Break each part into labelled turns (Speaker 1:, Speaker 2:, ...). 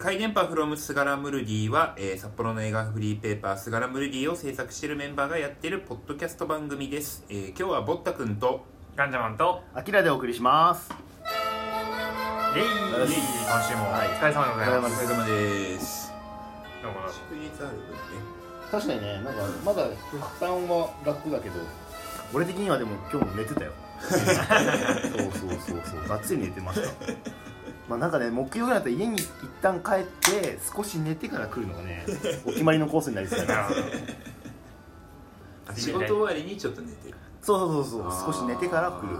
Speaker 1: 回電波 from スガラムルディは、えー札幌の映画フリーペーパースガラムルディを制作しているメンバーがやっているポッドキャスト番組です、えー今日はボッタ君と
Speaker 2: ガンジャマンと、
Speaker 3: アキラでお送りします。
Speaker 2: レイ
Speaker 1: 今週も、
Speaker 3: はい
Speaker 2: お疲れ様でござい
Speaker 1: お
Speaker 2: ま
Speaker 1: 疲
Speaker 2: す。
Speaker 1: れ様です
Speaker 2: どうもどうも
Speaker 1: 祝日ある分ね
Speaker 4: 確かにねなんかまだ負担は楽だけど
Speaker 3: 俺的にはでも今日も寝てたよ。そうそうそうそう。がっつり寝てました。まあなんかね木曜日になったら家に一旦帰って少し寝てから来るのがねお決まりのコースになりそうだ
Speaker 2: なるほ
Speaker 3: な
Speaker 2: ど。
Speaker 1: あ仕事終わりにちょっと寝てる
Speaker 3: そうそうそう
Speaker 1: あ
Speaker 3: そ
Speaker 1: ー
Speaker 3: う少し寝てから来る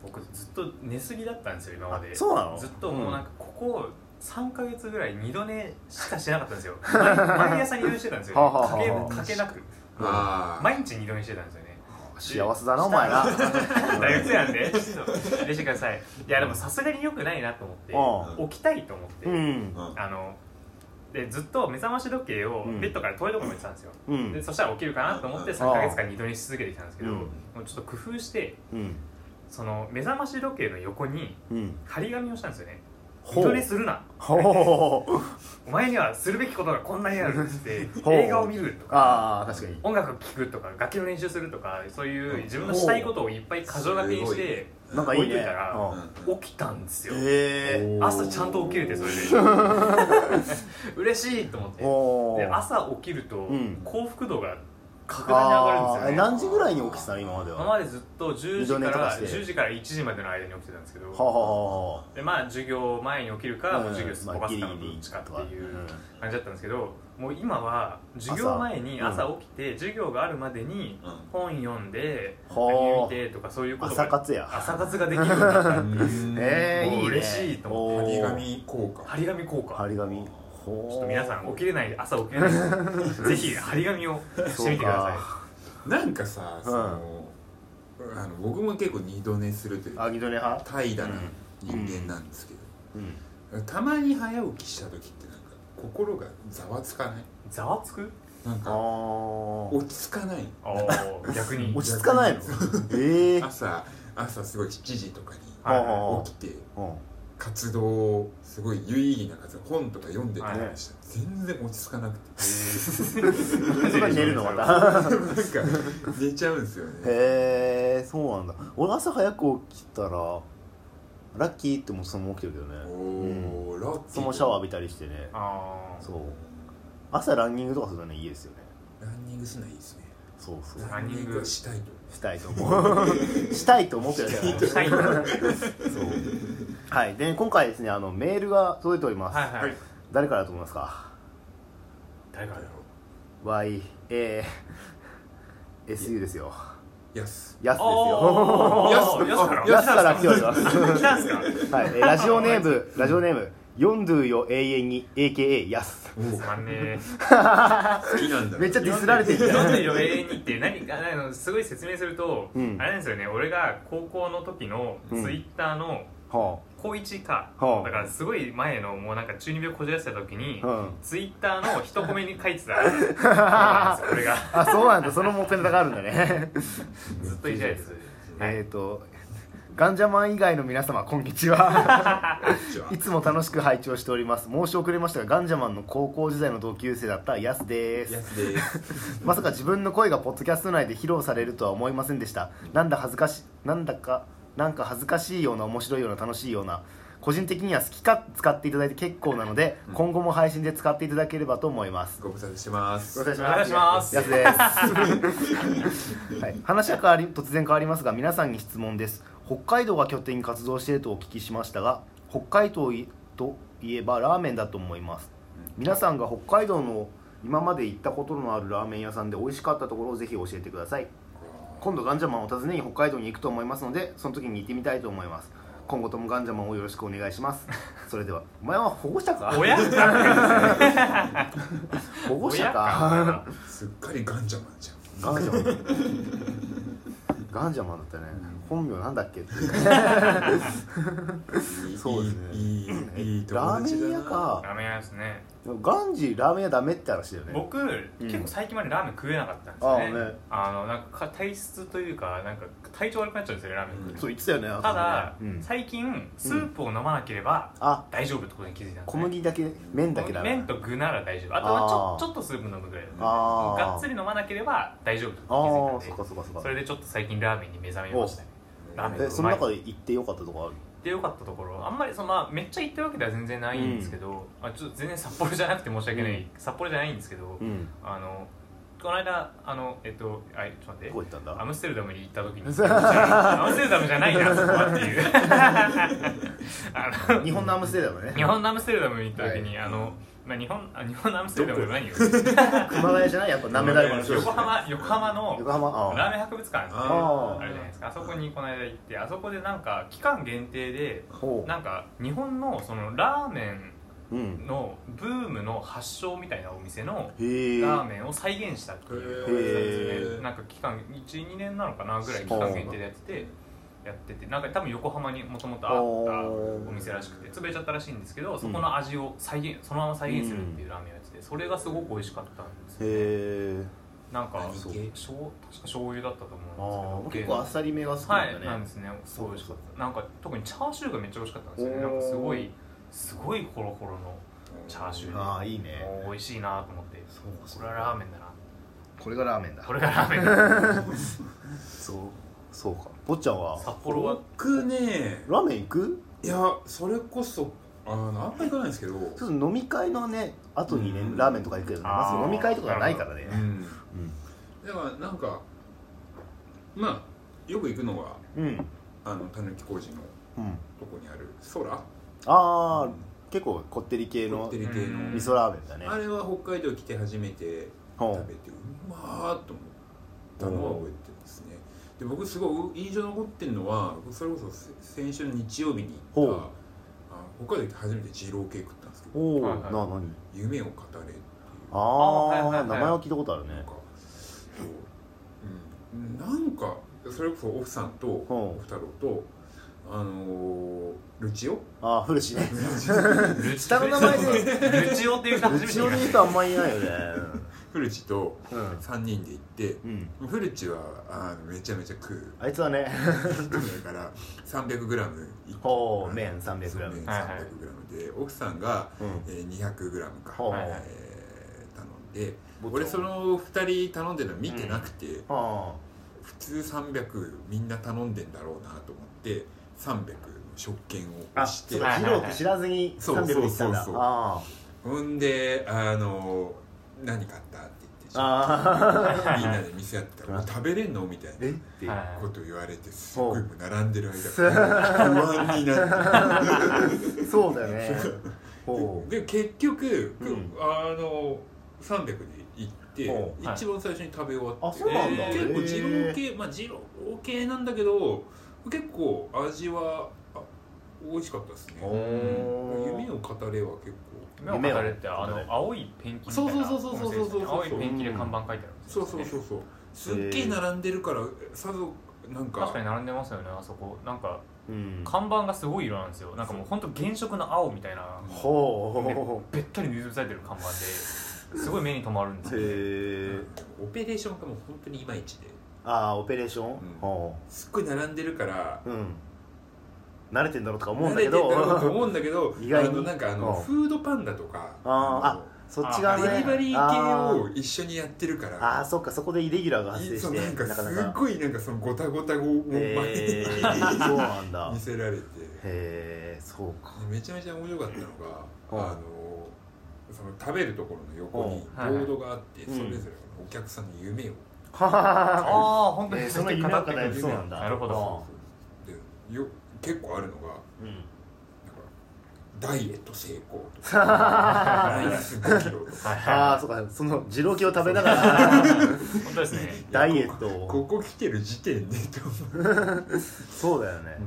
Speaker 2: 僕ずっと寝すぎだったんですよ、今まで。
Speaker 3: あそうなの
Speaker 2: ずっともうなんか、ここ3ヶ月ぐらい二度寝しかしなかったんです よ。毎朝二度寝してたんですよ。
Speaker 3: はあはあ
Speaker 2: かけ
Speaker 3: はあ
Speaker 2: かけなく。
Speaker 1: あー
Speaker 2: 毎日二度寝してた んですよね。
Speaker 3: 幸せだなお前な
Speaker 2: 大学生なんで、ちょっと寝してください。いや、でもさすがに良くないなと思
Speaker 3: う
Speaker 2: って、起きたいと思って、
Speaker 3: んうん
Speaker 1: うん
Speaker 2: あの、でずっと目覚まし時計を
Speaker 3: うん
Speaker 2: ベッドから遠いところに置いてたんですよ、
Speaker 3: う
Speaker 2: で
Speaker 3: ん
Speaker 2: そしたら起きるかなと思って
Speaker 1: うん
Speaker 2: 3ヶ月間二度寝し続けてきたんですけど、
Speaker 3: うん
Speaker 2: もうちょっと工夫して
Speaker 3: うん
Speaker 2: その目覚まし時計の横に
Speaker 3: うん
Speaker 2: 張り紙をしたんですよね「
Speaker 3: ほう
Speaker 2: 二度寝するな
Speaker 3: ほう
Speaker 2: お前にはするべきことがこんなにある」っつって
Speaker 3: ほう
Speaker 2: 映画を見るとか
Speaker 3: ああ確かに
Speaker 2: 音楽聴くとか楽器の練習するとかそういう自分のしたいことをいっぱい箇条書きにして
Speaker 3: なんかいい
Speaker 2: 置いとい
Speaker 3: ね
Speaker 2: たら
Speaker 3: うん
Speaker 2: 起きたんですよ
Speaker 3: へえ
Speaker 2: 朝ちゃんと起きれてそれ で嬉しいと思って
Speaker 3: お
Speaker 2: で
Speaker 3: ー
Speaker 2: 朝起きると
Speaker 3: うん
Speaker 2: 幸福度が格段に上がるん
Speaker 3: あ
Speaker 2: ですよ
Speaker 3: ーえ
Speaker 2: ね
Speaker 3: 何時ぐらいに起きてたの今までは
Speaker 2: 今までずっと10時か
Speaker 3: 二度寝とからして
Speaker 2: 10時から1時までの間に起きてたんですけど
Speaker 3: はあはあはあ
Speaker 2: でまあ授業前に起きるか、
Speaker 3: うん
Speaker 2: もう授業すっ飛ばすかのどっちかっていう感じだったんですけど、もう今は授業前に
Speaker 3: 朝
Speaker 2: 朝起きて、授業があるまでに
Speaker 1: うん
Speaker 2: 本読んで
Speaker 3: ほう
Speaker 2: アニメ見てとかそういうことが
Speaker 3: 朝活や
Speaker 2: 朝活ができるようになった んで
Speaker 1: うん
Speaker 3: えー、いい
Speaker 2: も
Speaker 3: ね
Speaker 2: う嬉しいと思
Speaker 1: 張り
Speaker 3: おー
Speaker 1: 紙効果
Speaker 2: 張り紙効果
Speaker 3: 張り紙
Speaker 2: ち
Speaker 3: ち
Speaker 2: ょっと皆さん起きれない朝起きれない人 ぜひ張り紙をしてみてくださ
Speaker 1: なんかさ
Speaker 3: ん
Speaker 1: その、あの僕も結構二度寝するというか
Speaker 3: アギドネ派
Speaker 1: 怠惰な人間なんですけど、
Speaker 3: うん
Speaker 1: たまに早起きした時ってなんか心がざわつかない
Speaker 2: いざわつく
Speaker 1: なん
Speaker 3: あ
Speaker 1: か
Speaker 3: ー
Speaker 1: 落ち着かない
Speaker 2: あー逆に
Speaker 3: 落ち着かないのええー
Speaker 1: 朝朝すごい7時とかに
Speaker 2: はい
Speaker 3: あー
Speaker 1: 起きて
Speaker 3: うん
Speaker 1: 活動をすごい有意義な活動本とか読んでたり
Speaker 3: はい
Speaker 1: して全然落ち着かなくて
Speaker 3: そこに寝るのまた
Speaker 1: なんか寝ちゃうんですよね
Speaker 3: へえそうなんだ俺朝早く起きたらラッキーってもそのまま起きてるけどね
Speaker 1: お
Speaker 3: うん
Speaker 1: おーラッキー
Speaker 3: そのシャワー浴びたりしてね
Speaker 2: あー
Speaker 3: そう朝ランニングとかするのねいいですよね
Speaker 1: ランニングするのはいいですね
Speaker 3: そうそう
Speaker 2: ラ
Speaker 1: ラン
Speaker 2: ン
Speaker 1: ニ
Speaker 2: ニ
Speaker 1: ン
Speaker 2: ング
Speaker 1: グはしたいと
Speaker 3: したいと思う したいと思ってるだけだから
Speaker 2: したいんだはい
Speaker 3: そうはいで今回ですねあのメールが届いております、
Speaker 2: はい、
Speaker 1: はい
Speaker 3: 誰からだと思いますか
Speaker 2: 誰からだろ
Speaker 3: YASU ですよ
Speaker 1: やす
Speaker 3: ヤスですよ
Speaker 2: おー
Speaker 1: やす
Speaker 2: やす
Speaker 1: か
Speaker 2: からら
Speaker 3: ヤスから来ております
Speaker 2: 来たんすか
Speaker 3: はい、えーラジオネームラジオネームヨンドゥよ永遠に AKA ヤス
Speaker 1: おー
Speaker 2: つまんね
Speaker 1: 好きなんだ
Speaker 3: めっちゃディスられてるじ
Speaker 2: え
Speaker 3: ゃん
Speaker 2: 読んでよ永遠にって何ああのすごい説明すると、
Speaker 3: うん
Speaker 2: あれなんですよね俺が高校の時のツイ
Speaker 3: うん
Speaker 2: ッターの
Speaker 3: は
Speaker 2: 高1か、
Speaker 3: はあ
Speaker 2: だからすごい前のもうなんか中二病こじらせた時に、
Speaker 3: あ、うん、
Speaker 2: ツイッターの一コメに書いて たそうなんですよ俺が
Speaker 3: あそうなんだそのモペネタがあるんだね
Speaker 2: ずっといじられてたはい
Speaker 3: えっとガンジャマン以外の皆様こんにちはいつも楽しく拝聴しております申し遅れましたがガンジャマンの高校時代の同級生だったヤスです
Speaker 1: やすです
Speaker 3: まさか自分の声がポッドキャスト内で披露されるとは思いませんでしたなんだ恥ずかしなんだかなんか恥ずかしいような面白いような楽しいような個人的には好きか使っていただいて結構なので、今後も配信で使っていただければと思います
Speaker 1: ご無沙汰してます
Speaker 3: お願い
Speaker 2: しますお願いします
Speaker 3: やすです はい、話は変わり突然変わりますが皆さんに質問です北海道が拠点に活動しているとお聞きしましたが北海道いといえばラーメンだと思います皆さんが北海道の今まで行ったことのあるラーメン屋さんで美味しかったところをぜひ教えてください今度ガンジャマンを訪ねに北海道に行くと思いますのでその時に行ってみたいと思います今後ともガンジャマンをよろしくお願いしますそれではお前は保護者か
Speaker 2: 親か
Speaker 3: 保護者
Speaker 2: 親
Speaker 3: か
Speaker 2: か
Speaker 1: すっかりガンジャマンじゃん
Speaker 3: ガンジャマンガンジャマンだったね本名なんだっけっていう
Speaker 1: いい
Speaker 3: そうですね
Speaker 1: いいいいいい友
Speaker 3: ラーメ
Speaker 1: 達だ
Speaker 3: ン
Speaker 1: な
Speaker 3: 屋か
Speaker 2: ラーメン屋ですね
Speaker 3: ガンジーラーメン屋ダメって話だよね
Speaker 2: 僕、結構最近までラーメン食えなかったんですよね
Speaker 3: ああね
Speaker 2: あのなんか体質というかなんか体調悪くなっちゃうんですよねラーメン食うと
Speaker 3: そう言ってたよね
Speaker 2: ただ、
Speaker 3: うん
Speaker 2: 最近スープを飲まなければ
Speaker 3: あ
Speaker 2: 大丈夫ってことに気づいたんです
Speaker 3: 小
Speaker 2: ね、
Speaker 3: 麦だけ麺だけだな
Speaker 2: 麺と具なら大丈夫あとはち
Speaker 3: あ
Speaker 2: ょ
Speaker 3: ー
Speaker 2: ちょっとスープ飲むぐらいだね
Speaker 3: あー
Speaker 2: がっつり飲まなければ大丈夫って
Speaker 3: ああ
Speaker 2: ことに気づ
Speaker 3: そ
Speaker 2: い
Speaker 3: った
Speaker 2: んで
Speaker 3: かそっかそっ
Speaker 2: そ
Speaker 3: か
Speaker 2: れでちょっと最近ラーメンに目覚めましたねラーメンがうま
Speaker 3: え
Speaker 2: い
Speaker 3: その中で行ってよかったとこ
Speaker 2: で良かったところあんまりその、まあ、めっちゃ行ってるわけでは全然ないんですけど、あちょっと全然札幌じゃなくて申し訳ない、
Speaker 3: うん
Speaker 2: 札幌じゃないんですけど、
Speaker 3: あるうん
Speaker 2: あのこの間あのえっとあちょっと待
Speaker 3: ど
Speaker 2: っ
Speaker 3: こ
Speaker 2: て
Speaker 3: 行ったん
Speaker 2: ア
Speaker 3: だ
Speaker 2: ムステルダムに行った 時にアムステルダムじゃないなそこはっていうあの
Speaker 3: 日本のアムステルダムね
Speaker 2: 日本のアムステルダムに行った時に、あの、まあ、日本あ日本のアムステルダムじゃないよ
Speaker 3: 熊谷じゃないやっぱなめだるまの
Speaker 2: 横浜横浜の
Speaker 3: 横浜あ
Speaker 2: ラーメン博物館あ
Speaker 3: あ
Speaker 2: るじゃないですかあそこにこの間行ってあそこでなんか期間限定で
Speaker 3: ほ
Speaker 2: なんか日本のそのラーメ
Speaker 3: うう
Speaker 2: ン
Speaker 3: ん
Speaker 2: のブームの発祥みたいなお店の
Speaker 3: へえ
Speaker 2: ラーメンを再現したってい
Speaker 1: ー
Speaker 2: うや
Speaker 3: へ
Speaker 2: つですねなんか期間12年なのかなぐらい期間限定でやっててやっててなんか多分横浜にもともとあったお店らしくて潰れちゃったらしいんですけどそこの味を再現そのまま再現するっていうラーメンをやっててそれがすごく美味しかったんですよ
Speaker 3: へえ
Speaker 2: なんか
Speaker 1: 何系
Speaker 2: そう醤確か醤油だったと
Speaker 3: あ
Speaker 2: 思うん
Speaker 3: ー
Speaker 2: ですけ
Speaker 3: 結
Speaker 2: ど
Speaker 3: 構あっさりめが好き
Speaker 2: は
Speaker 3: なん
Speaker 2: い
Speaker 3: だ
Speaker 2: なんで
Speaker 3: ね
Speaker 2: すねすごい美味しかったなんか特にチャーシューがめっちゃ美味しかったんですよねな
Speaker 3: おー
Speaker 2: んかすごいすごいホロホロのチャーシューで
Speaker 3: ああいいね
Speaker 2: もう美味しいなと思って
Speaker 3: そうかそう
Speaker 2: こ
Speaker 3: か
Speaker 2: れはラーメンだな
Speaker 3: これがラーメンだ
Speaker 2: これがラーメンだ
Speaker 3: そうそうか坊ちゃんは
Speaker 2: 札幌は
Speaker 1: 僕ね
Speaker 3: ラーメン行く
Speaker 1: いやそれこそあのあんま行かないんですけど、
Speaker 3: ちょっと飲み会のね後にね
Speaker 1: うん
Speaker 3: ラーメンとか行くけどねま
Speaker 2: あ
Speaker 3: ず
Speaker 2: ー
Speaker 3: 飲み会とかがないからね
Speaker 1: うん、
Speaker 3: うん
Speaker 1: だからなんかまあよく行くのは
Speaker 3: うん
Speaker 1: あのたぬき工事の
Speaker 3: うん
Speaker 1: とこにある空
Speaker 3: ああ結構こってり系
Speaker 1: こ
Speaker 3: の
Speaker 1: って
Speaker 3: 味
Speaker 1: り系の、
Speaker 2: うん
Speaker 3: 噌ラーメンだね
Speaker 1: あれは北海道来て初めて
Speaker 3: ほ
Speaker 1: 食べてうまーっと思ったのは覚えてますねで僕すごい印象に残ってるのはそれこそ先週の日曜日に行
Speaker 3: ほ
Speaker 1: っ
Speaker 3: う
Speaker 1: たあ北海道来て初めて二郎系食ったんですけ
Speaker 3: う
Speaker 1: ど
Speaker 3: おお
Speaker 2: はい
Speaker 3: な
Speaker 2: はい
Speaker 3: 何
Speaker 1: 夢を語れっていう
Speaker 2: はいはい
Speaker 3: あ
Speaker 2: はい
Speaker 3: あ
Speaker 2: はい
Speaker 3: 名前は聞いたことある
Speaker 1: なん
Speaker 3: ね
Speaker 1: かそう、うん、なんかそれこそ奥さんと
Speaker 3: ほ
Speaker 1: 奥太郎とあのー、ルチ オ
Speaker 3: ああ古 しね
Speaker 2: 下
Speaker 3: の名前
Speaker 2: でルチオっていう人初
Speaker 3: う
Speaker 2: め
Speaker 3: ち
Speaker 2: て見
Speaker 3: の
Speaker 2: ま
Speaker 3: で言
Speaker 2: した
Speaker 3: うとあんまいないよね
Speaker 1: フルチと
Speaker 3: うん
Speaker 1: 3人で行って
Speaker 3: うん
Speaker 1: フルチはあのめちゃめちゃ食 う
Speaker 3: あいつはね
Speaker 1: だから3 0 0ム
Speaker 3: ほう麺 300g
Speaker 1: 3 0
Speaker 2: はいはい
Speaker 1: 0で奥さんが、
Speaker 3: うん
Speaker 1: えー、200g か、
Speaker 3: ほう
Speaker 1: えー頼んで
Speaker 3: 坊ちゃん
Speaker 1: 俺その2人頼んでるの見てなくて、
Speaker 3: あ
Speaker 1: 普通300みんな頼んでんだろうなと思って300の食券を
Speaker 3: ああ
Speaker 1: 押し
Speaker 3: そ
Speaker 1: て
Speaker 3: うか二郎って知らずに
Speaker 1: そう
Speaker 3: 300で行ったんだ
Speaker 1: そうそうそうそう
Speaker 3: あ
Speaker 1: ほんであの何買ったって言って
Speaker 3: あああ
Speaker 1: みんなで見せ合って たら「食べれんの?」みたい
Speaker 3: えっ
Speaker 1: な
Speaker 3: て
Speaker 2: はい
Speaker 1: こと言われてすごいもう並んでる間が不安になって
Speaker 3: そうだよ ねほ
Speaker 1: で結局、
Speaker 3: うん
Speaker 1: あの300で行って、
Speaker 3: ほ
Speaker 2: うはい
Speaker 1: 一番最初に食べ終わって
Speaker 3: あそうなんだ
Speaker 1: 結構
Speaker 3: へ
Speaker 1: 二
Speaker 3: ー
Speaker 1: 郎系まあ二郎系なんだけど結構味はあ美味しかったですね
Speaker 3: うお
Speaker 1: 夢を語れは結構
Speaker 2: 目を語れってあ
Speaker 3: 夢を
Speaker 2: の青いペンキみたいな
Speaker 1: そうそうそうそうそうそうそう
Speaker 2: 青いペンキで看板書いてあるんです
Speaker 1: そ
Speaker 2: よ
Speaker 1: う
Speaker 2: ね
Speaker 1: そうそうそうすっげえ並んでるからさぞなんか
Speaker 2: 確かに並んでますよねあそこなんか
Speaker 3: うん
Speaker 2: 看板がすごい色なんですよなんかもう本当原色の青みたいな
Speaker 3: ほ
Speaker 2: べったり水ぶされてる看板ですごい目に留まるんです
Speaker 3: う
Speaker 2: よ
Speaker 3: へえ
Speaker 1: オペレーションがもう本当にいまいちで
Speaker 3: ああオペレーション、
Speaker 1: ん
Speaker 3: ほ
Speaker 1: すっごい並んでるから
Speaker 3: ううん慣れてんだろうとか思うんだけ
Speaker 1: 慣れてんだろうと
Speaker 3: ど
Speaker 1: 思うんだけど
Speaker 3: 意外に
Speaker 1: あのなんかあの
Speaker 3: うん
Speaker 1: フードパンダとか
Speaker 3: あそっち側
Speaker 1: の
Speaker 3: ね
Speaker 1: デリバリ
Speaker 3: あ
Speaker 1: ー系
Speaker 3: ー
Speaker 1: を一緒にやってるか
Speaker 3: あー
Speaker 1: ら
Speaker 3: そっかそこでイレギュラーが発生
Speaker 1: い
Speaker 3: し
Speaker 1: そう
Speaker 3: て
Speaker 1: なんか
Speaker 3: なか
Speaker 1: す
Speaker 3: な
Speaker 1: っ
Speaker 3: か
Speaker 1: ごいなんかそのゴタゴタをもう前に
Speaker 3: へえそうなんだ
Speaker 1: 見せられて
Speaker 3: へえそうか
Speaker 1: めちゃめちゃ面白かったの
Speaker 3: うん
Speaker 1: が、あのその食べるところの横にボ
Speaker 2: うんはいはい
Speaker 1: ードがあって、
Speaker 3: うん
Speaker 1: それぞれのお客さんの夢を、
Speaker 3: はははは
Speaker 2: ああ本当
Speaker 3: えー
Speaker 2: に
Speaker 3: その夢を語れる
Speaker 2: る
Speaker 3: そうなんだ
Speaker 2: なるほど
Speaker 1: でよ結構あるのが
Speaker 3: うん
Speaker 1: なんかダイエット成功とか マイナス5キロとか
Speaker 2: はい
Speaker 3: あ
Speaker 2: は
Speaker 3: あそうかその二郎系を食べながら
Speaker 2: い本当ですね
Speaker 3: ダイエット
Speaker 1: こ
Speaker 3: を
Speaker 1: こ来てる時点でと思う、
Speaker 3: そうだよね
Speaker 1: うん
Speaker 3: へ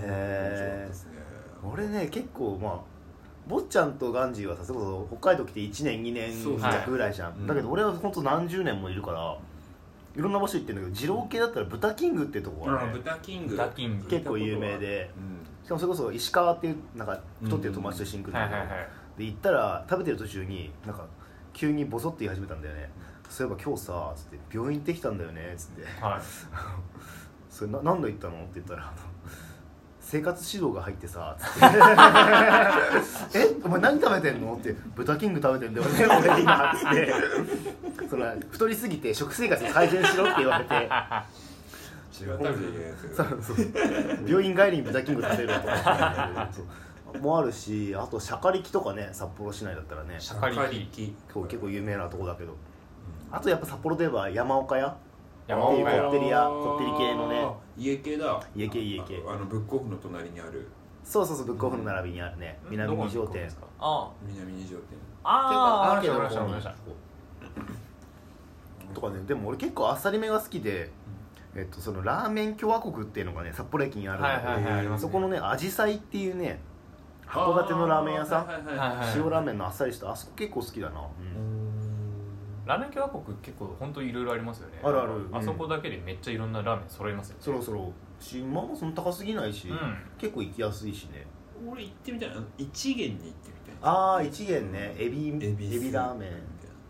Speaker 3: え
Speaker 1: 面白かったですね
Speaker 3: 俺ね結構まあ坊ちゃんとガンジーはさそれこそ北海道来て1年2年
Speaker 1: そう
Speaker 2: そう
Speaker 3: 弱ぐらいじゃん、
Speaker 1: はい
Speaker 3: だけど俺は本当何十年もいるからいろんな場所行ってるんだけど二郎系だったら豚キングってとこが、
Speaker 1: あ
Speaker 3: ね、
Speaker 1: 豚キング
Speaker 2: ダキング
Speaker 3: 結構有名で
Speaker 1: うん
Speaker 3: しかもそれこそ石川っていうなんか太ってる友達と一緒に来るん
Speaker 2: はい
Speaker 3: だ
Speaker 2: は
Speaker 3: け
Speaker 2: い
Speaker 3: ど、
Speaker 2: はい
Speaker 3: で行ったら食べてる途中になんか急にボソッと言い始めたんだよねそういえば今日さつって病院行ってきたんだよねつって
Speaker 2: はい
Speaker 3: それな何度行ったのって言ったらあの生活指導が入ってさつって えお前何食べてんのって豚キング食べてんだよね俺今つってその太りすぎて食生活を改善しろって言われて
Speaker 1: それは食べていけないですよ
Speaker 3: そうそう病院帰りに豚キング食べるとかそうもあるしあとシャカリキとかね札幌市内だったらね
Speaker 1: シ
Speaker 2: シ
Speaker 1: ャ
Speaker 2: ャ
Speaker 1: カ
Speaker 2: カ
Speaker 1: リ
Speaker 2: リ
Speaker 1: キ
Speaker 2: キ
Speaker 3: 今日結構有名なとこだけどあとやっぱ札幌といえば山岡屋
Speaker 2: 山
Speaker 3: っていう
Speaker 2: 岡
Speaker 3: こ
Speaker 2: 屋
Speaker 3: ってり屋こってり系のね
Speaker 1: 家系だ
Speaker 3: 家系家系
Speaker 1: ああのブックオフの隣にある
Speaker 3: そうそうそうブックオフの並びにあるね南二条店っていうか
Speaker 2: あ
Speaker 1: 南二条店
Speaker 2: あ
Speaker 3: ア
Speaker 2: あ
Speaker 3: ーケード
Speaker 2: わ
Speaker 3: の
Speaker 2: かり
Speaker 3: 方
Speaker 2: ましたわかり
Speaker 3: に
Speaker 2: ました
Speaker 3: とかねでも俺結構あっさりめが好きで、えっと、そのラーメン共和国っていうのがね札幌駅にあるんだけ
Speaker 2: は
Speaker 3: ど、
Speaker 2: いはいはいありますね
Speaker 3: そこのねあじさいっていうね函館のラーメン屋さん
Speaker 1: あーはいはい
Speaker 2: は
Speaker 1: はい
Speaker 2: いはい
Speaker 3: 塩ラーメンのあっさりしたあそこ結構好きだな、うん
Speaker 2: ラーメン共和国結構本当いろいろありますよね
Speaker 3: あるある
Speaker 2: あそこだけでめっちゃいろんなラーメン揃いますよね
Speaker 3: そろそろしまあまあそんな高すぎないし、
Speaker 2: うん
Speaker 3: 結構行きやすいしね
Speaker 1: 俺行ってみたいな一元に行ってみたい
Speaker 3: ああ一元ねエビエ
Speaker 1: エビ
Speaker 3: ビ
Speaker 1: ス
Speaker 3: ラーメン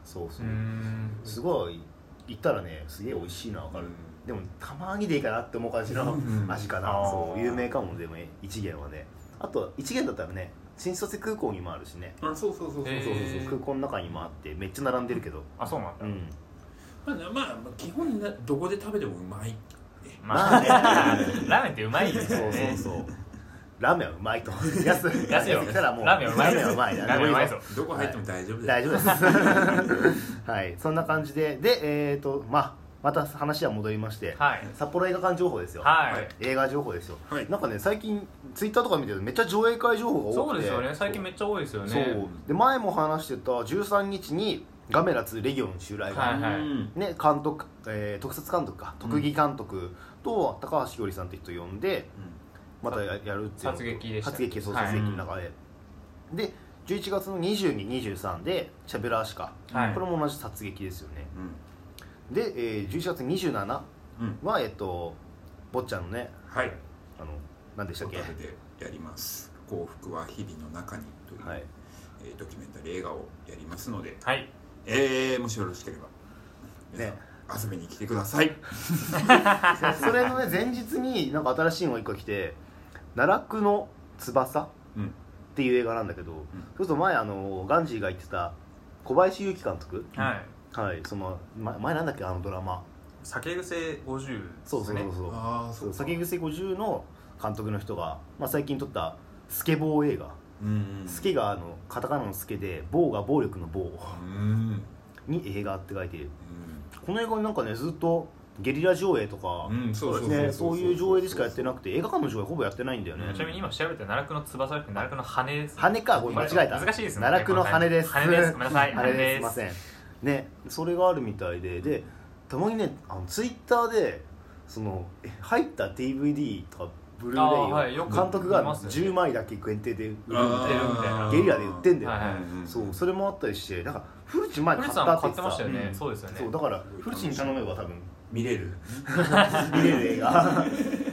Speaker 3: そうそうう、
Speaker 2: ーん
Speaker 3: すごい行ったらねすげえ美味しいなわかる、でもたまにでいいかなって思う感じの
Speaker 1: うん
Speaker 3: 味かな、
Speaker 2: あー
Speaker 3: そう有名かもでも一元はねあと一元だったらね新千歳空港にもあるしね、
Speaker 1: あそうそうそうそうそう
Speaker 2: へ
Speaker 1: そう
Speaker 2: ー
Speaker 3: 空港の中にもあってめっちゃ並んでるけど
Speaker 2: あそうなんだ
Speaker 3: うん
Speaker 1: まあ、まあ、基本などこで食べてもうまい
Speaker 2: まあね
Speaker 3: まあ
Speaker 2: ラーメンってうまいです
Speaker 3: そ
Speaker 2: よ
Speaker 3: うそう
Speaker 2: ね
Speaker 3: そうラーメンは うまいと安い
Speaker 2: 安いよ
Speaker 3: 来たらもう
Speaker 2: ラーメンうまい
Speaker 3: ラーメンはうまい
Speaker 2: ラーメンうまいぞ
Speaker 1: どこ入っても大丈夫です、
Speaker 3: 大丈夫です はいそんな感じででえっ、ー、とまあまた話は戻りまして、
Speaker 2: はい
Speaker 3: 札幌映画館情報ですよ、
Speaker 2: はい
Speaker 3: 映画情報ですよ、
Speaker 1: はい
Speaker 3: なんかね最近ツイッターとか見てるとめっちゃ上映会情報が多
Speaker 2: そう
Speaker 3: く
Speaker 2: で
Speaker 3: て
Speaker 2: すよね最近めっちゃ多いですよね
Speaker 3: そうで前も話してた13日にガメラ2レギオン襲来が、
Speaker 2: はいはい
Speaker 1: うん
Speaker 3: ね監督、えー特撮監督か
Speaker 1: うん
Speaker 3: 特技監督と高橋ひよりさんって人呼んでまたややるっていう
Speaker 2: 殺撃でした
Speaker 3: 殺撃そう
Speaker 2: はい
Speaker 3: 殺撃の中で、で11月の2223で「シャベラーシカ」
Speaker 2: はい
Speaker 3: これも同じ殺撃ですよね
Speaker 1: うん
Speaker 3: で、えー、11月27
Speaker 1: うん
Speaker 3: はえっと坊ちゃんのね
Speaker 1: はい
Speaker 3: あの何でしたっ
Speaker 1: 食
Speaker 3: け
Speaker 1: べてやります幸福は日々の中にという、
Speaker 3: はい
Speaker 1: えードキュメンタリー映画をやりますので、
Speaker 2: はい
Speaker 1: えー、もしよろしければ皆
Speaker 3: ね
Speaker 1: さん遊びに来てください、
Speaker 3: それのね前日になんか新しいのが1個来て「奈落の翼」っ
Speaker 1: うん
Speaker 3: ていう映画なんだけど、そうすると前あのガンジーが言ってた小林裕樹監督
Speaker 2: はい
Speaker 3: はいその前前なんだっけあのドラマ
Speaker 2: 酒癖50
Speaker 3: そうそうそうそう,、
Speaker 1: ああ
Speaker 3: そう
Speaker 1: か
Speaker 3: 酒癖50の監督の人が、まあ、最近撮ったスケボー映画、
Speaker 1: うん
Speaker 3: スケがあのカタカナのスケで棒が暴力の棒
Speaker 1: うん
Speaker 3: に映画って書いてるこの映画なんかねずっとゲリラ上映とか、
Speaker 1: うん、うん、そうそうそう
Speaker 3: ね、そういう上映でしかやってなくて映画館の上映ほぼやってないんだよね、
Speaker 2: ちなみに今調べて奈落の翼じゃなくて奈落の羽です
Speaker 3: 羽かごめん間違えた
Speaker 2: 難しいですね
Speaker 3: 奈落の羽です
Speaker 2: 羽ですごめんなさい
Speaker 3: 羽ですすいま
Speaker 2: ん
Speaker 3: せんねそれがあるみたいででたまにねあのツイッターでそのえ入った DVD とかブルー
Speaker 2: あーは
Speaker 3: レ
Speaker 2: い
Speaker 3: イ
Speaker 2: よ
Speaker 3: を
Speaker 2: く
Speaker 3: 監督
Speaker 2: 見
Speaker 3: が
Speaker 2: ますよね
Speaker 3: 10枚だけ限定で売るみたい
Speaker 2: 売ってるみたい
Speaker 1: あ
Speaker 2: な
Speaker 1: ー
Speaker 3: なゲリラで売ってんだよ、
Speaker 2: はいはい
Speaker 1: うん
Speaker 3: そうそれもあったりしてなんか古地前
Speaker 2: 古
Speaker 3: 買っ
Speaker 2: 内さ
Speaker 3: た
Speaker 2: ん買っ
Speaker 3: って言って
Speaker 2: てましたよね、
Speaker 1: うん
Speaker 2: そうですよね
Speaker 3: そうだから古地に頼めば多分
Speaker 1: 見れる
Speaker 3: 見れる映画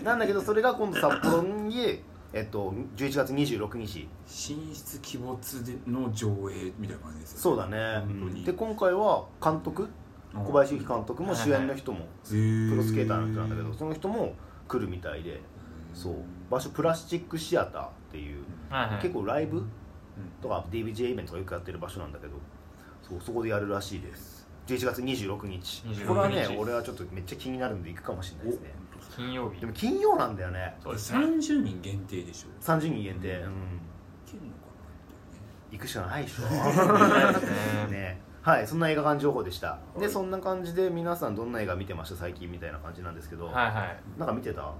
Speaker 3: なんだけどそれが今度札幌にえっと11月26日
Speaker 1: 進出鬼没での上映みたいな感じですよ
Speaker 3: そうだね
Speaker 1: 本当に
Speaker 3: で今回は監督小林幸監督も主演の人もプ
Speaker 1: プ
Speaker 3: ロスケーターの人なんだけどその人も来るみたいでそう場所プラスチックシアターっていう
Speaker 2: はいはい
Speaker 3: 結構ライブとか DVJ イベントとかよくやってる場所なんだけどそうそこでやるらしいです11月26日
Speaker 2: 26日
Speaker 3: これはね俺はちょっとめっちゃ気になるんで行くかもしれないですね
Speaker 2: 金曜日
Speaker 3: でも金曜なんだよね
Speaker 2: そうですね
Speaker 1: 30人限定でしょ
Speaker 3: 30人
Speaker 1: う
Speaker 3: 限定、うん
Speaker 1: い
Speaker 3: ん、
Speaker 1: けるのか
Speaker 3: 行くしかないで しょ
Speaker 2: ね
Speaker 3: ねはいそんな映画館情報でした
Speaker 1: は
Speaker 3: で
Speaker 1: い
Speaker 3: そんな感じで皆さんどんな映画見てました最近みたいな感じなんですけど、
Speaker 2: はいはい
Speaker 3: なんか見てた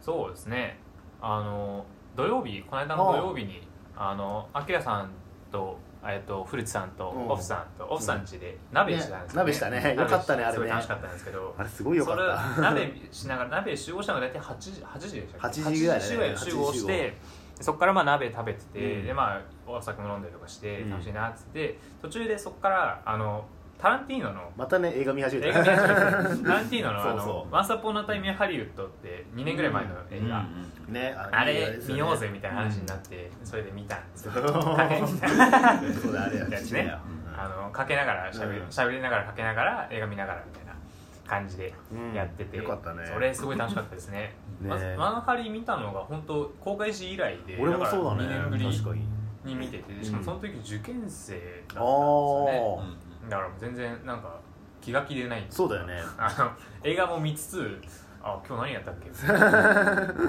Speaker 2: そうですねあの土曜日この間の土曜日にあのあきらさんとえっと古内さんと
Speaker 3: うん
Speaker 2: オフさんとオフさん家で鍋してたんですけど
Speaker 3: ね鍋したねよかったねあれね
Speaker 2: すごい楽しかったんですけど
Speaker 3: あれすごいよかった
Speaker 2: それ鍋しながら鍋集合したのが大体8時8時でしたっけ
Speaker 3: 8時ぐらいだね
Speaker 2: 8時集合してそこからまあ鍋食べてて、
Speaker 3: うん
Speaker 2: でまあお酒も飲んだりとかして
Speaker 3: うん
Speaker 2: 楽しいなっつって、途中でそこからあのタランティーノの
Speaker 3: またね映画見始め
Speaker 2: 映
Speaker 3: た
Speaker 2: 画見始めてタランティーノのあ
Speaker 3: そうそ
Speaker 2: の「
Speaker 3: う
Speaker 2: ワンサポーナタイムハリウッド」って2年ぐらい前の映画、
Speaker 3: ね
Speaker 2: あ
Speaker 3: いい映画
Speaker 2: れ
Speaker 3: ですよ
Speaker 2: 見
Speaker 3: ね
Speaker 2: ようぜみたいな話になって、それで見たん ですよ
Speaker 3: そう
Speaker 2: かけ
Speaker 3: そうだあれや
Speaker 2: やつねあのかけながらしゃべ,、
Speaker 3: うん
Speaker 2: りながらかけながら映画見ながらみたいな感じで
Speaker 3: うん
Speaker 2: やってて、
Speaker 3: よかったね
Speaker 2: それすごい楽しかったですね
Speaker 3: ね
Speaker 2: まずマンハリ見たのが本当公開時以来で
Speaker 3: 俺もそうだね
Speaker 2: から2年
Speaker 3: 確
Speaker 2: ぶ
Speaker 3: かに
Speaker 2: りに見ててしかもその時受験生だったんです
Speaker 3: あ
Speaker 2: よね
Speaker 3: あ
Speaker 2: だからもう全然なんか気が気でない
Speaker 3: そうだよね
Speaker 2: あの映画も見つつあ今日何やっ たっけ今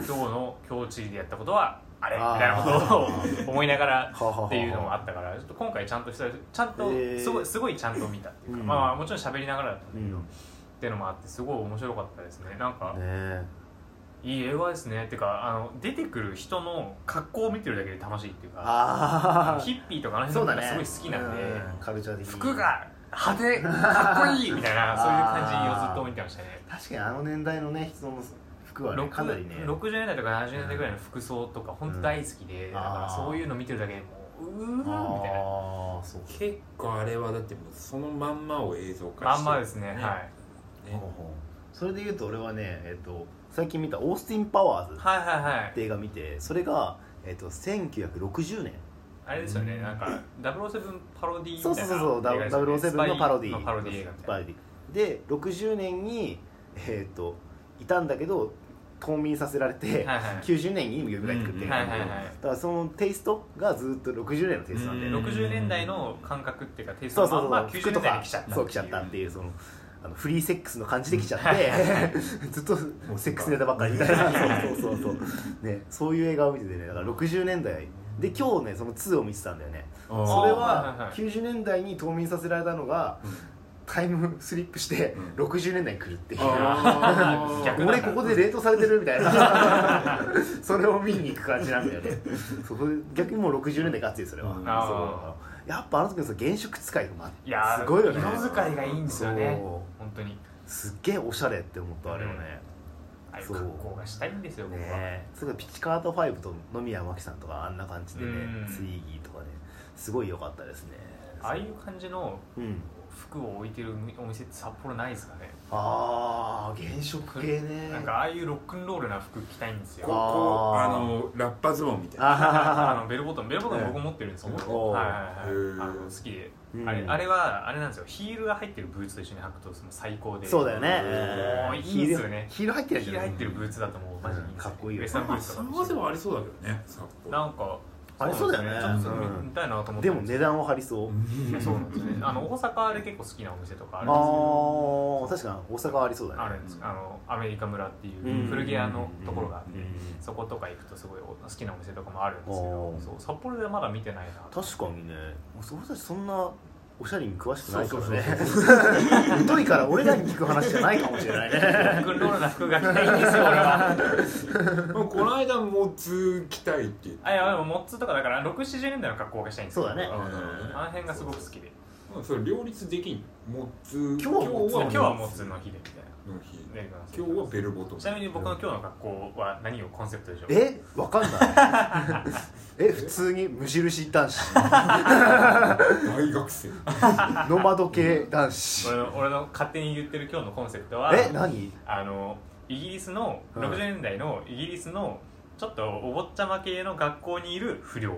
Speaker 2: 日の今日地理でやったことはあれみ
Speaker 3: あー
Speaker 2: たいなことを思いなが ら
Speaker 3: ははは
Speaker 2: っていうのもあったからちょっと今回ちゃんとしたちゃんと
Speaker 3: えー
Speaker 2: すごいすごいちゃんと見たっていうか、
Speaker 3: うん
Speaker 2: まあまあもちろん喋りながらだったっ
Speaker 3: うん
Speaker 2: ていうのもあってすごい面白かったですねなんか、
Speaker 3: ね
Speaker 2: いい映画ですねっていうかあの出てくる人の格好を見てるだけで楽しいっていうか
Speaker 3: ああ
Speaker 2: ヒッピーとかあの
Speaker 3: そう
Speaker 2: 辺
Speaker 3: だ
Speaker 2: が
Speaker 3: ね
Speaker 2: すごい好きなんで、
Speaker 3: うんカルチャー的に
Speaker 2: 服が派手かっこいいみたいなそういう感じをずっと見てましたね
Speaker 3: 確かにあの年代のね人の服はね
Speaker 2: 六
Speaker 3: かなりね
Speaker 2: 60年代とか70年代ぐらいの服装とか本当大好きで、
Speaker 3: ん
Speaker 2: だか
Speaker 3: あ
Speaker 2: ら
Speaker 3: ー
Speaker 2: そういうの見てるだけでもううーんみたいな
Speaker 3: ああそう
Speaker 1: 結構あれはだってもうそのまんまを映像化
Speaker 2: ま
Speaker 1: して
Speaker 2: んまですねはい、
Speaker 1: ね
Speaker 3: ほうほうそれで言うと俺はねえっと最近見たオースティン・パワーズ
Speaker 2: はいはいはい
Speaker 3: って映画見てそれがえっと1960年
Speaker 2: あれですよねなんか007パロディみた
Speaker 3: そう
Speaker 2: いな
Speaker 3: そうそうそうダ
Speaker 2: 映画ですよね
Speaker 3: 007のパロディ
Speaker 2: スパイのパロディ映画みた
Speaker 3: パ
Speaker 2: い
Speaker 3: ロディで60年にえっといたんだけど冬眠させられて
Speaker 2: なはいはい
Speaker 3: 90年に蘇ってくっていう
Speaker 2: はい
Speaker 3: だ
Speaker 2: はいはい
Speaker 3: からそのテイストがずっと60年のテイストなんで
Speaker 1: うん
Speaker 2: 60年代の感覚っていうかテイス
Speaker 3: そ
Speaker 2: ト
Speaker 3: うそう
Speaker 2: の
Speaker 3: そう、
Speaker 2: まんま90
Speaker 3: 服と
Speaker 2: 年代に来
Speaker 3: か
Speaker 2: ちゃった
Speaker 3: そう来ちゃったっていうそのあのフリーセックスの感じで来ちゃってずっともうセックスネタばっかりみたいなそうそうそうそう、ね、そういう映画を見ててねだから60年代で今日ねその2を見てたんだよね
Speaker 1: あー
Speaker 3: それ
Speaker 2: はいはいは
Speaker 3: はい90年代に冬眠させられたのがタイムスリップして
Speaker 1: うん
Speaker 3: 60年代に来るっていう、
Speaker 1: あー
Speaker 2: 逆
Speaker 3: 俺ここで冷凍されてるみたいな それを見に行く感じなんだよねそこ逆にもう60年代がっつりそれは、
Speaker 1: うん
Speaker 2: あ
Speaker 3: そうやっぱあの時のその原色使いとかもあって
Speaker 2: いやー
Speaker 3: すごいよね
Speaker 2: 色使いがいいんですよね
Speaker 3: そ
Speaker 2: 本当に
Speaker 3: うすっげえおしゃれって思ったあれをね、
Speaker 2: ああいう
Speaker 3: そう
Speaker 2: 格好がしたいんですよ僕は、
Speaker 3: ねすごいピチカート5と野宮真紀さんとかあんな感じでね、
Speaker 2: うん
Speaker 3: ツイーギーとかねすごい良かったですね
Speaker 2: ああいう感じの
Speaker 3: うん
Speaker 2: 服を置いてるお店って札幌ないですかね
Speaker 3: ああ原色系ね
Speaker 2: なんかああいうロックンロールな服着たいんです
Speaker 1: ここ
Speaker 2: よ
Speaker 1: あ
Speaker 3: あー
Speaker 1: のラッパズボンみたいな
Speaker 2: あ
Speaker 3: あ
Speaker 2: のベルボトムベルボトム僕持ってるんですけど、
Speaker 3: おー
Speaker 2: はいはいはい、
Speaker 1: へー
Speaker 2: あの好きで、
Speaker 3: うん
Speaker 2: あれあれはあれなんですよヒールが入ってるブーツと一緒に履くともう最高で
Speaker 3: ーそうだよね、
Speaker 2: もういいですよね
Speaker 3: ヒールヒール入ってるやつ
Speaker 2: ヒール入ってるブーツだともうマジにです
Speaker 3: かっこいいよ
Speaker 2: ウエスタンブーツ
Speaker 1: そ
Speaker 2: と
Speaker 1: れ
Speaker 2: か
Speaker 1: はでもありそうだけどね札幌
Speaker 2: なんか
Speaker 3: あれそうだよね
Speaker 2: なんですちょっと
Speaker 3: うん
Speaker 2: 見たいなと思って
Speaker 3: でも値段は張りそう、
Speaker 2: そうなんですねあの大阪で結構好きなお店とかあるんですけど
Speaker 3: ああ確かに大阪はありそうだね
Speaker 2: あるんですあのアメリカ村って
Speaker 3: う
Speaker 2: い
Speaker 3: ん
Speaker 2: う古着屋のところがあって、
Speaker 3: うん
Speaker 2: そことか行くとすごいお好きなお店とかもあるんですけ
Speaker 3: お
Speaker 2: ど
Speaker 3: ー
Speaker 2: そう札幌ではまだ見てない な
Speaker 3: 確かにね俺たちそんなおしゃれに詳しくないから
Speaker 1: そう
Speaker 3: ね疎いから俺らに聞く話じゃないかもしれないね
Speaker 2: ロックンロールな服が着たいんですよ俺 は
Speaker 1: もうこの間もつ着たいって言って
Speaker 2: あいやでもモッツとかだから670年代の格好がしたいんですよ
Speaker 3: そうだね
Speaker 1: あなるほどね
Speaker 2: あの辺がすごく好きで
Speaker 1: うんそれ両立できんもつ
Speaker 3: 今日はモッツ
Speaker 2: 今日はモッツの日でみたい
Speaker 1: の日
Speaker 2: なね
Speaker 1: 今日はベルボトム
Speaker 2: ちなみに僕の今日の格好は何をコンセプトでしょう
Speaker 3: えわかんないえ普通に無印男 子
Speaker 1: 大学生
Speaker 3: ノマド系男子
Speaker 2: 俺の俺の勝手に言ってる今日のコンセプトは
Speaker 3: え何
Speaker 2: あのイギリスの
Speaker 3: うん
Speaker 2: 60年代のイギリスのちょっとお坊ちゃま系の学校にいる不良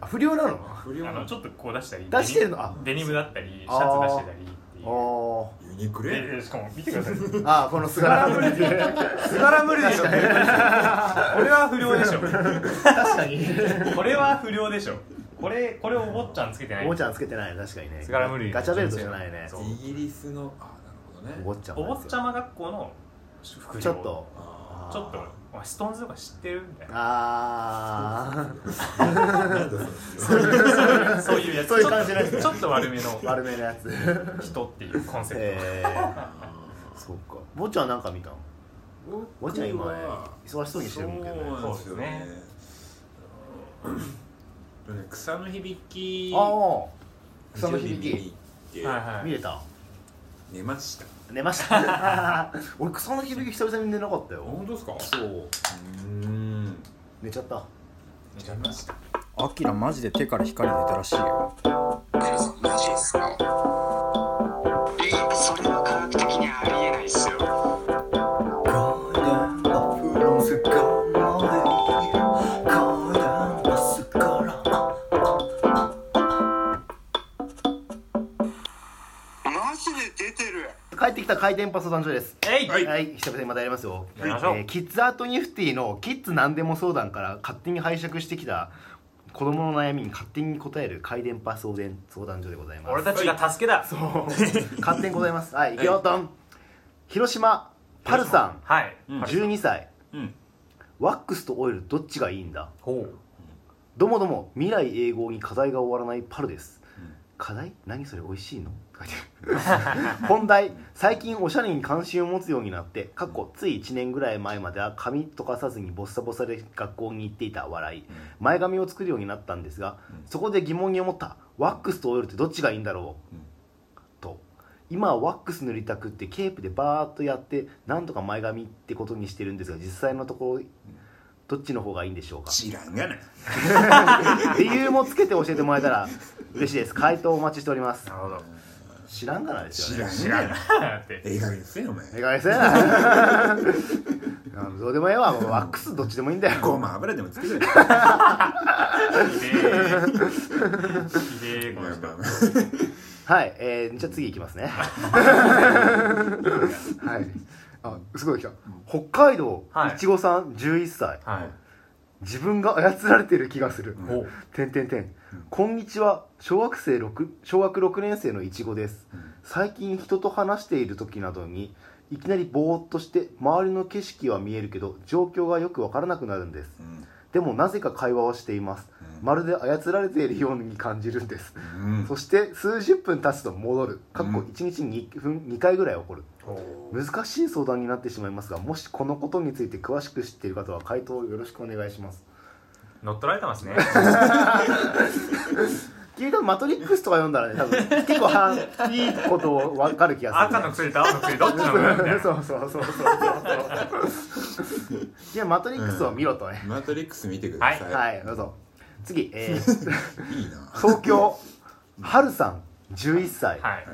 Speaker 3: あ不良なの
Speaker 1: 不良
Speaker 2: あの
Speaker 1: の
Speaker 2: ちょっとこう出したり
Speaker 3: 出してるのあ
Speaker 2: デニムだったりシャツ出してたりっていう
Speaker 3: お
Speaker 1: ユニクレ
Speaker 2: ででしかも見てください
Speaker 3: ーあーこの菅原ムル ディ菅原ムルディしかね
Speaker 2: これは不良でしょ
Speaker 3: 確かに
Speaker 2: これは不良でしょこれこれお坊ちゃんつけてない
Speaker 3: おもちゃんつけてない確かにね
Speaker 2: 菅原ムルディ
Speaker 3: ガチャベルトじゃないね
Speaker 2: そう
Speaker 1: イギリスのあなる
Speaker 3: お
Speaker 1: ほどね
Speaker 3: 坊ちゃん
Speaker 2: お
Speaker 3: なん
Speaker 2: 坊
Speaker 3: ですよ
Speaker 2: ちゃま学校の副
Speaker 3: ちょっと
Speaker 1: あ
Speaker 2: ちょっとお前ストーンズとか知ってるみたいな
Speaker 3: あ
Speaker 1: ーなんだそ
Speaker 3: あ
Speaker 1: れ
Speaker 2: そういうやつ
Speaker 3: そういう感じなん
Speaker 2: ちょっとちょっと悪めの
Speaker 3: 悪めのやつ
Speaker 2: 人っていうコンセプト、
Speaker 3: えー、そうか坊ちゃんなんか見たの坊ちゃん今ね忙しそうにしてるもんけどね
Speaker 1: そうなんですよねうん草の響き
Speaker 3: ああ草の響
Speaker 1: 日曜日
Speaker 3: き
Speaker 1: に行って、
Speaker 2: はいはい
Speaker 3: 見れた
Speaker 1: 寝ました
Speaker 3: 寝ました 俺草の響き久々に寝なかったよ
Speaker 1: 本当ですか
Speaker 3: そう
Speaker 1: うん
Speaker 3: 寝ちゃった
Speaker 2: 寝ちゃいました
Speaker 5: アキラマジで手から光出たらしいよ
Speaker 6: マジっすか
Speaker 3: 帰ってきた回転パスタ誕生日です
Speaker 2: えい
Speaker 1: はい
Speaker 3: はい久々にまたやりますよ
Speaker 2: やりましょう
Speaker 3: えーキッズアートニフティのキッズ何でも相談から勝手に拝借してきた子供の悩みに勝手に答える回電パス相談相談所でございます
Speaker 2: 俺たちが助けだそう
Speaker 3: 勝手にございますはい行くよドン広島パルさ
Speaker 2: はい
Speaker 1: うん
Speaker 3: ん12歳
Speaker 1: うん
Speaker 3: ワックスとオイルどっちがいいんだ
Speaker 2: ほ
Speaker 3: どもども未来永劫に課題が終わらないパルです
Speaker 1: うん
Speaker 3: 課題何それ美味しいの 書いてある本題最近おしゃれに関心を持つようになって過去つい1年ぐらい前までは髪とかさずにボッサボサで学校に行っていた笑い前髪を作るようになったんですが
Speaker 1: うん
Speaker 3: そこで疑問に思ったワックスとオイルってどっちがいいんだろう、
Speaker 1: うん
Speaker 3: と今はワックス塗りたくってケープでバーッとやってなんとか前髪ってことにしてるんですが実際のところどっちの方がいいんでしょうか
Speaker 1: 知らんがな
Speaker 3: 理由もつけて教えてもらえたら嬉しいです回答お待ちしております
Speaker 2: うなるほど
Speaker 3: 知らんがなです
Speaker 1: 知
Speaker 3: よね
Speaker 1: らんがな
Speaker 2: だっ
Speaker 1: え
Speaker 2: て
Speaker 1: え加減にせえよお前
Speaker 3: ええかげんにせえなうんどうでもええわもうワックスどっちでもいいんだよ
Speaker 1: ごま油でもつけてる
Speaker 2: ひでえひでえこの人
Speaker 3: はい、えー、じゃあ次いきますねはいあすごい来た北海道、
Speaker 2: はい
Speaker 3: いちごさん11歳
Speaker 2: はい
Speaker 3: 自分が操られてる気がする、
Speaker 2: ほう
Speaker 3: 点点点こんにちは小学生6小学6年生のいちごです、
Speaker 1: うん
Speaker 3: 最近人と話している時などにいきなりぼーっとして周りの景色は見えるけど状況がよくわからなくなるんです
Speaker 1: うん
Speaker 3: でもなぜか会話をしていますまるで操られているように感じるんです
Speaker 1: うん
Speaker 3: そして数十分経つと戻るかっこ
Speaker 1: うん
Speaker 3: 1日に2分2回ぐらい起こる
Speaker 2: ほう
Speaker 3: 難しい相談になってしまいますがもしこのことについて詳しく知っている方は回答をよろしくお願いします
Speaker 2: 乗っ取られてますね
Speaker 3: 聞いたマトリックスとか読んだらね多分結構はいいこと分かる気がす
Speaker 2: 赤
Speaker 3: る、
Speaker 2: の薬と青の薬どっちの方みたいな
Speaker 3: そうそうそうそうそうじゃあマトリックスを見ろとね、
Speaker 1: マトリックス見てください、
Speaker 3: はいどうぞ次、えー、
Speaker 1: い、いな
Speaker 3: 東京はるさん11歳、
Speaker 2: はい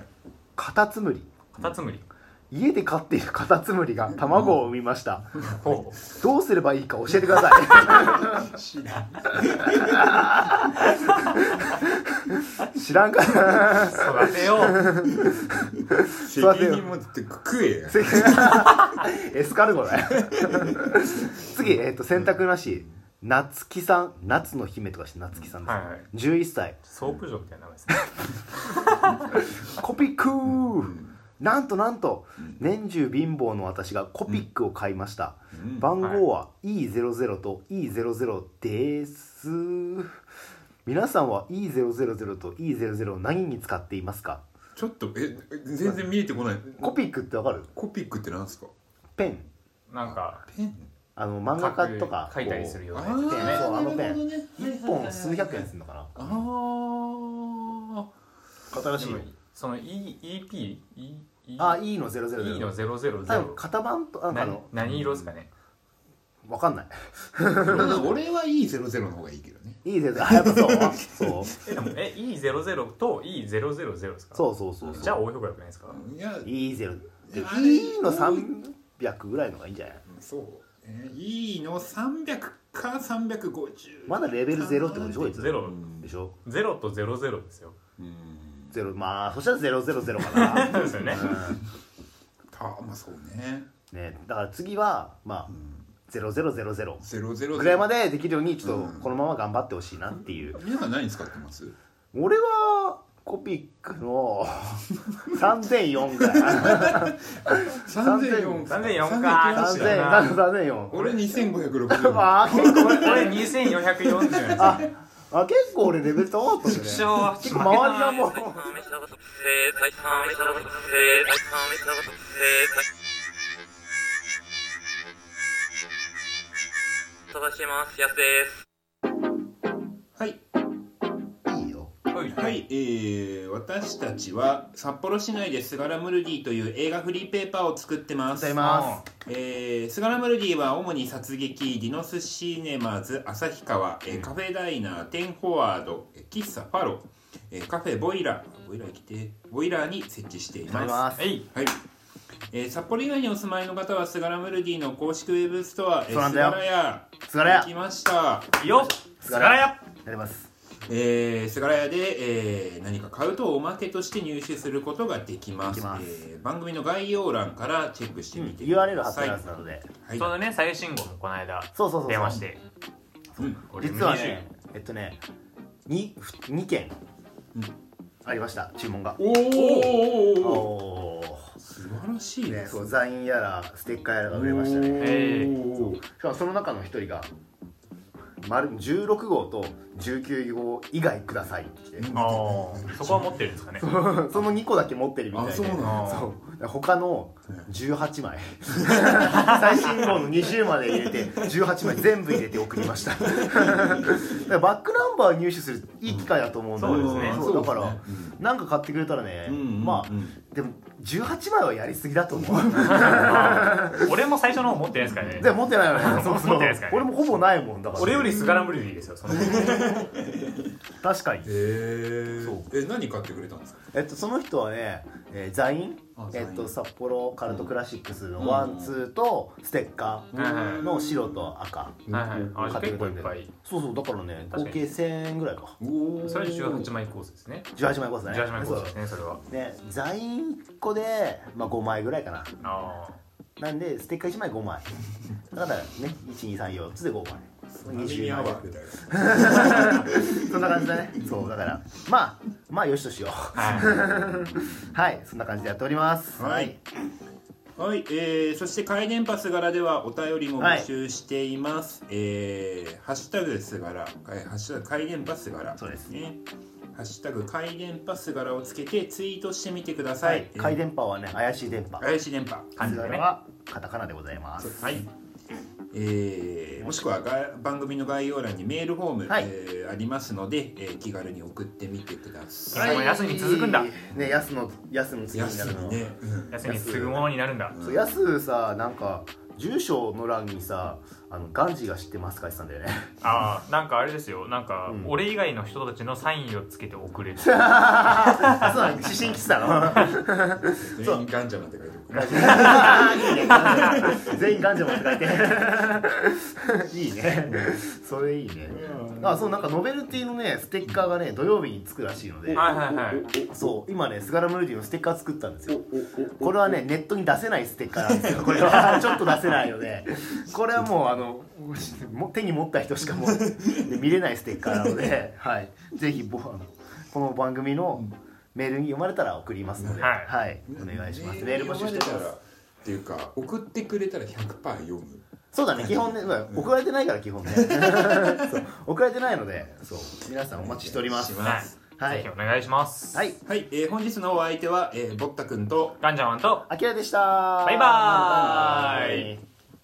Speaker 3: カタツムリ
Speaker 2: カタツムリ
Speaker 3: 家で飼っているカタツムリが卵を産みました、
Speaker 2: ほ
Speaker 3: どうすればいいか教えてくださ
Speaker 1: 知らん
Speaker 3: い 知らんかな
Speaker 2: う育てよう
Speaker 1: 責任持って食えや
Speaker 3: 次エスカルゴだよ 次、えっと選択なし夏希さん夏の姫とかして夏希さんです、
Speaker 2: はいはい
Speaker 3: 11歳
Speaker 2: ソープ嬢みたいな名前ですね
Speaker 3: コピック
Speaker 1: うん
Speaker 3: なんとなんと年中貧乏の私がコピックを買いました、
Speaker 1: うん
Speaker 3: 番号は E00 と E00 です、皆さんは E000 と E00 を何に使っていますか
Speaker 1: ちょっとえ全然見えてこない
Speaker 3: コピックってわかる
Speaker 1: コピックってなんですか
Speaker 3: ペン
Speaker 2: なんか
Speaker 1: ペン
Speaker 3: あの漫画家とか
Speaker 2: 書いたりするようなやつ
Speaker 3: ペンそうあのペン
Speaker 1: ね
Speaker 3: 1本数百円するのかな
Speaker 1: あー
Speaker 3: 新
Speaker 2: でもその E EP E
Speaker 3: あ
Speaker 2: E
Speaker 3: E の00
Speaker 2: E の
Speaker 3: で
Speaker 2: ゼロゼロゼ
Speaker 3: 多分
Speaker 2: ロ
Speaker 3: 型番となんかあの
Speaker 2: 何色ですかね
Speaker 3: わかんない
Speaker 1: 俺は E00 の方がいいけどね
Speaker 3: E00 あやっぱ そうあそう
Speaker 2: えでもえ E ゼロゼロと E ゼロゼロゼロですか
Speaker 3: そうそうそうそう
Speaker 2: じゃあ応用が良くないですか
Speaker 1: いや
Speaker 3: E0 で
Speaker 1: あれ
Speaker 3: E の300ぐらいのがいいんじゃない
Speaker 1: そうえー E の300か350
Speaker 3: まだレベルゼロってことでしょこいつ
Speaker 2: ゼロ
Speaker 1: うん
Speaker 3: でしょ
Speaker 2: ゼロとゼロゼロですよ
Speaker 1: うん
Speaker 3: ゼロまあそしたら000かな
Speaker 2: そうですよね
Speaker 1: たまあそうね
Speaker 3: うんねだから次はまあ0000
Speaker 1: 000
Speaker 3: ぐらいま
Speaker 1: で
Speaker 3: でできるようにちょっ
Speaker 1: う
Speaker 3: と
Speaker 1: ん
Speaker 3: このまま頑張ってほしいなっていう
Speaker 1: 皆さん何使ってます
Speaker 3: 俺はコピック の3004ぐらい
Speaker 1: 3004
Speaker 2: 3004か
Speaker 3: 3000 3004
Speaker 1: 俺2560
Speaker 3: あ結構
Speaker 2: これ2440円です
Speaker 3: ああ結構俺レベル高かった
Speaker 2: 副
Speaker 3: ですね
Speaker 2: 賞は
Speaker 3: 結構周りがもう
Speaker 5: 飛ばします、やすです。
Speaker 1: はい
Speaker 3: いいよ
Speaker 2: はい
Speaker 1: はい、えー、私たちは札幌市内で「スガラムルディ」という映画フリーペーパーを作ってま
Speaker 3: ござ
Speaker 1: す
Speaker 3: いま
Speaker 1: えースガラムルディは主に殺撃ディノスシネマズ旭川、えーカフェダイナーテンフォワードえー喫茶ファロ、えーカフェボイラーボイラー来てボイラーに設置してい
Speaker 3: すござい
Speaker 1: ます
Speaker 3: ます
Speaker 2: はい
Speaker 1: はい。えー札幌以外にお住まいの方はスガラムルディの公式ウェブストア、えー
Speaker 3: そうなん
Speaker 1: ス
Speaker 3: だよ
Speaker 1: ガラヤ
Speaker 3: すがらや
Speaker 1: 来ました。
Speaker 2: よっ
Speaker 3: す
Speaker 2: す
Speaker 3: が
Speaker 2: が
Speaker 3: ら
Speaker 2: ら
Speaker 3: や
Speaker 2: や
Speaker 3: やります
Speaker 1: えー、菅谷で、えー、何か買うとおまけとして入手することができます
Speaker 3: できます
Speaker 1: えー番組の概要欄からチェックしてみてください、
Speaker 3: URL 貼ってありますので
Speaker 1: はい
Speaker 2: ちょうどね最新号もこの間
Speaker 3: そうそうそうそう
Speaker 2: 出まして
Speaker 1: うん
Speaker 2: 俺
Speaker 3: 実は
Speaker 2: 見
Speaker 3: ねえっとね 2, 2件
Speaker 1: うん
Speaker 3: ありました注文が
Speaker 1: おーおー
Speaker 3: おー
Speaker 1: 素晴らしいね
Speaker 3: ね、そうザインやらステッカーやらが売れましたね
Speaker 2: え
Speaker 1: おー
Speaker 3: しかもその中の一人が丸16号と19号以外くださいって来て
Speaker 2: ああそこは持ってるんですかね
Speaker 3: その2個だけ持ってるみたいで
Speaker 1: あそうなんだ
Speaker 3: そう他の18枚 最新号の20まで入れて18枚全部入れて送りました だからバックナンバー入手するいい機会だと思うんだけど
Speaker 2: そうですね
Speaker 3: そうだか
Speaker 1: そう
Speaker 3: ら
Speaker 1: ですね
Speaker 3: なんか買ってくれたらね、
Speaker 1: うんうん
Speaker 3: ま
Speaker 1: うん
Speaker 3: あでも18枚はやりすぎだと思う
Speaker 2: あー俺も最初の方持ってないですからね
Speaker 3: で持ってないよねそうそ
Speaker 2: 持
Speaker 3: う
Speaker 2: ってないですからね
Speaker 3: 俺もほぼないもんだから
Speaker 2: 俺よりスガラムルディですよその
Speaker 3: 確かに
Speaker 1: へえ
Speaker 3: そう
Speaker 1: え何買ってくれたんですか
Speaker 3: えっと、その人はね、えー、ザイン
Speaker 1: あザイ
Speaker 3: え
Speaker 1: ン
Speaker 3: っと、札幌カルトクラシックス
Speaker 1: うん
Speaker 3: のワン、ツーとステッカ
Speaker 2: はいは
Speaker 3: ー
Speaker 2: い
Speaker 3: の白と赤、
Speaker 2: はいはいあ
Speaker 3: 買っ
Speaker 2: 結
Speaker 3: てく
Speaker 2: 構
Speaker 3: れ
Speaker 2: い
Speaker 3: て
Speaker 2: っぱい
Speaker 3: そうそうだからね
Speaker 2: 確
Speaker 3: 合
Speaker 2: かに
Speaker 3: 計1000円ぐらいか
Speaker 1: おー
Speaker 2: それで18枚コースですね
Speaker 3: 18枚コースだね
Speaker 2: 18枚コースですねそれは
Speaker 3: そうねザイン1個で、まあ、5枚ぐらいかな
Speaker 2: ああ
Speaker 3: なんでステッカー1枚5枚だからね1234つで5枚
Speaker 1: 20
Speaker 3: 20
Speaker 1: ア
Speaker 3: 枚
Speaker 1: ワーみたいな
Speaker 3: そんな感じだねそうだからまあまあよしとしようはいそんな感じでやっております
Speaker 1: はいはい、えー、そして回電波すがらではお便りも募集しています。えー、ハッシュタグすがら、かいハッシュタグ回電波すがら、
Speaker 3: そうです
Speaker 1: ね。ハッシュタグ回電波すがらをつけてツイートしてみてくださ
Speaker 3: はいい。回電波はね怪しい電波
Speaker 1: 波。怪しい電波。
Speaker 3: カズラはカタカナでございます。
Speaker 1: はい。えー、もしくはが番組の概要欄にメールフォーム、
Speaker 3: はい
Speaker 1: えーありますので、えー気軽に送ってみてください。
Speaker 2: はい安に続くんだ
Speaker 3: ね、安の安の次にな
Speaker 1: 安
Speaker 3: る
Speaker 1: い
Speaker 3: の。
Speaker 1: ね。うん
Speaker 2: 休みすぐものになるんだ
Speaker 3: そう安さなんか住所の欄にさあのガンジーが知ってますかって言ってたんだよね。
Speaker 2: ああなんかあれですよなんか
Speaker 3: うん
Speaker 2: 俺以外の人たちのサインをつけて送 れる
Speaker 3: あそうなの指針来てたの。
Speaker 1: 全員ガンジャマンって書いておくから。
Speaker 3: 全員ガンジーもって書いて。 いいね。それいいね。あそうなんかノベルティのねステッカーがね土曜日につくらしいので。
Speaker 2: はいはいはい
Speaker 3: そう今ねスガラムルディのステッカー作ったんですよこれはねネットに出せないステッカーなんですよこれは ちょっと出せないのでこれはもうあのも手に持った人しかもうで見れないステッカーなので、はい、ぜひぼあのこの番組のメールに読まれたら送りますので、
Speaker 2: はい
Speaker 3: はい、お願いしますメール募集して
Speaker 1: 読ま
Speaker 3: ま
Speaker 1: れら
Speaker 3: す
Speaker 1: っていうか送ってくれたら100%読む
Speaker 3: そうだね基本ね、まあ送られてないから基本ね そう送られてないのでそう皆さんお待ちしております
Speaker 1: し
Speaker 2: は
Speaker 1: ます
Speaker 3: はいい
Speaker 2: ぜひお願いします
Speaker 3: はい
Speaker 1: はい、えー本日のお相手は、えー、ぼったくんと
Speaker 2: ガンジャマンと
Speaker 3: あきらでした
Speaker 2: バイバーイ
Speaker 3: イ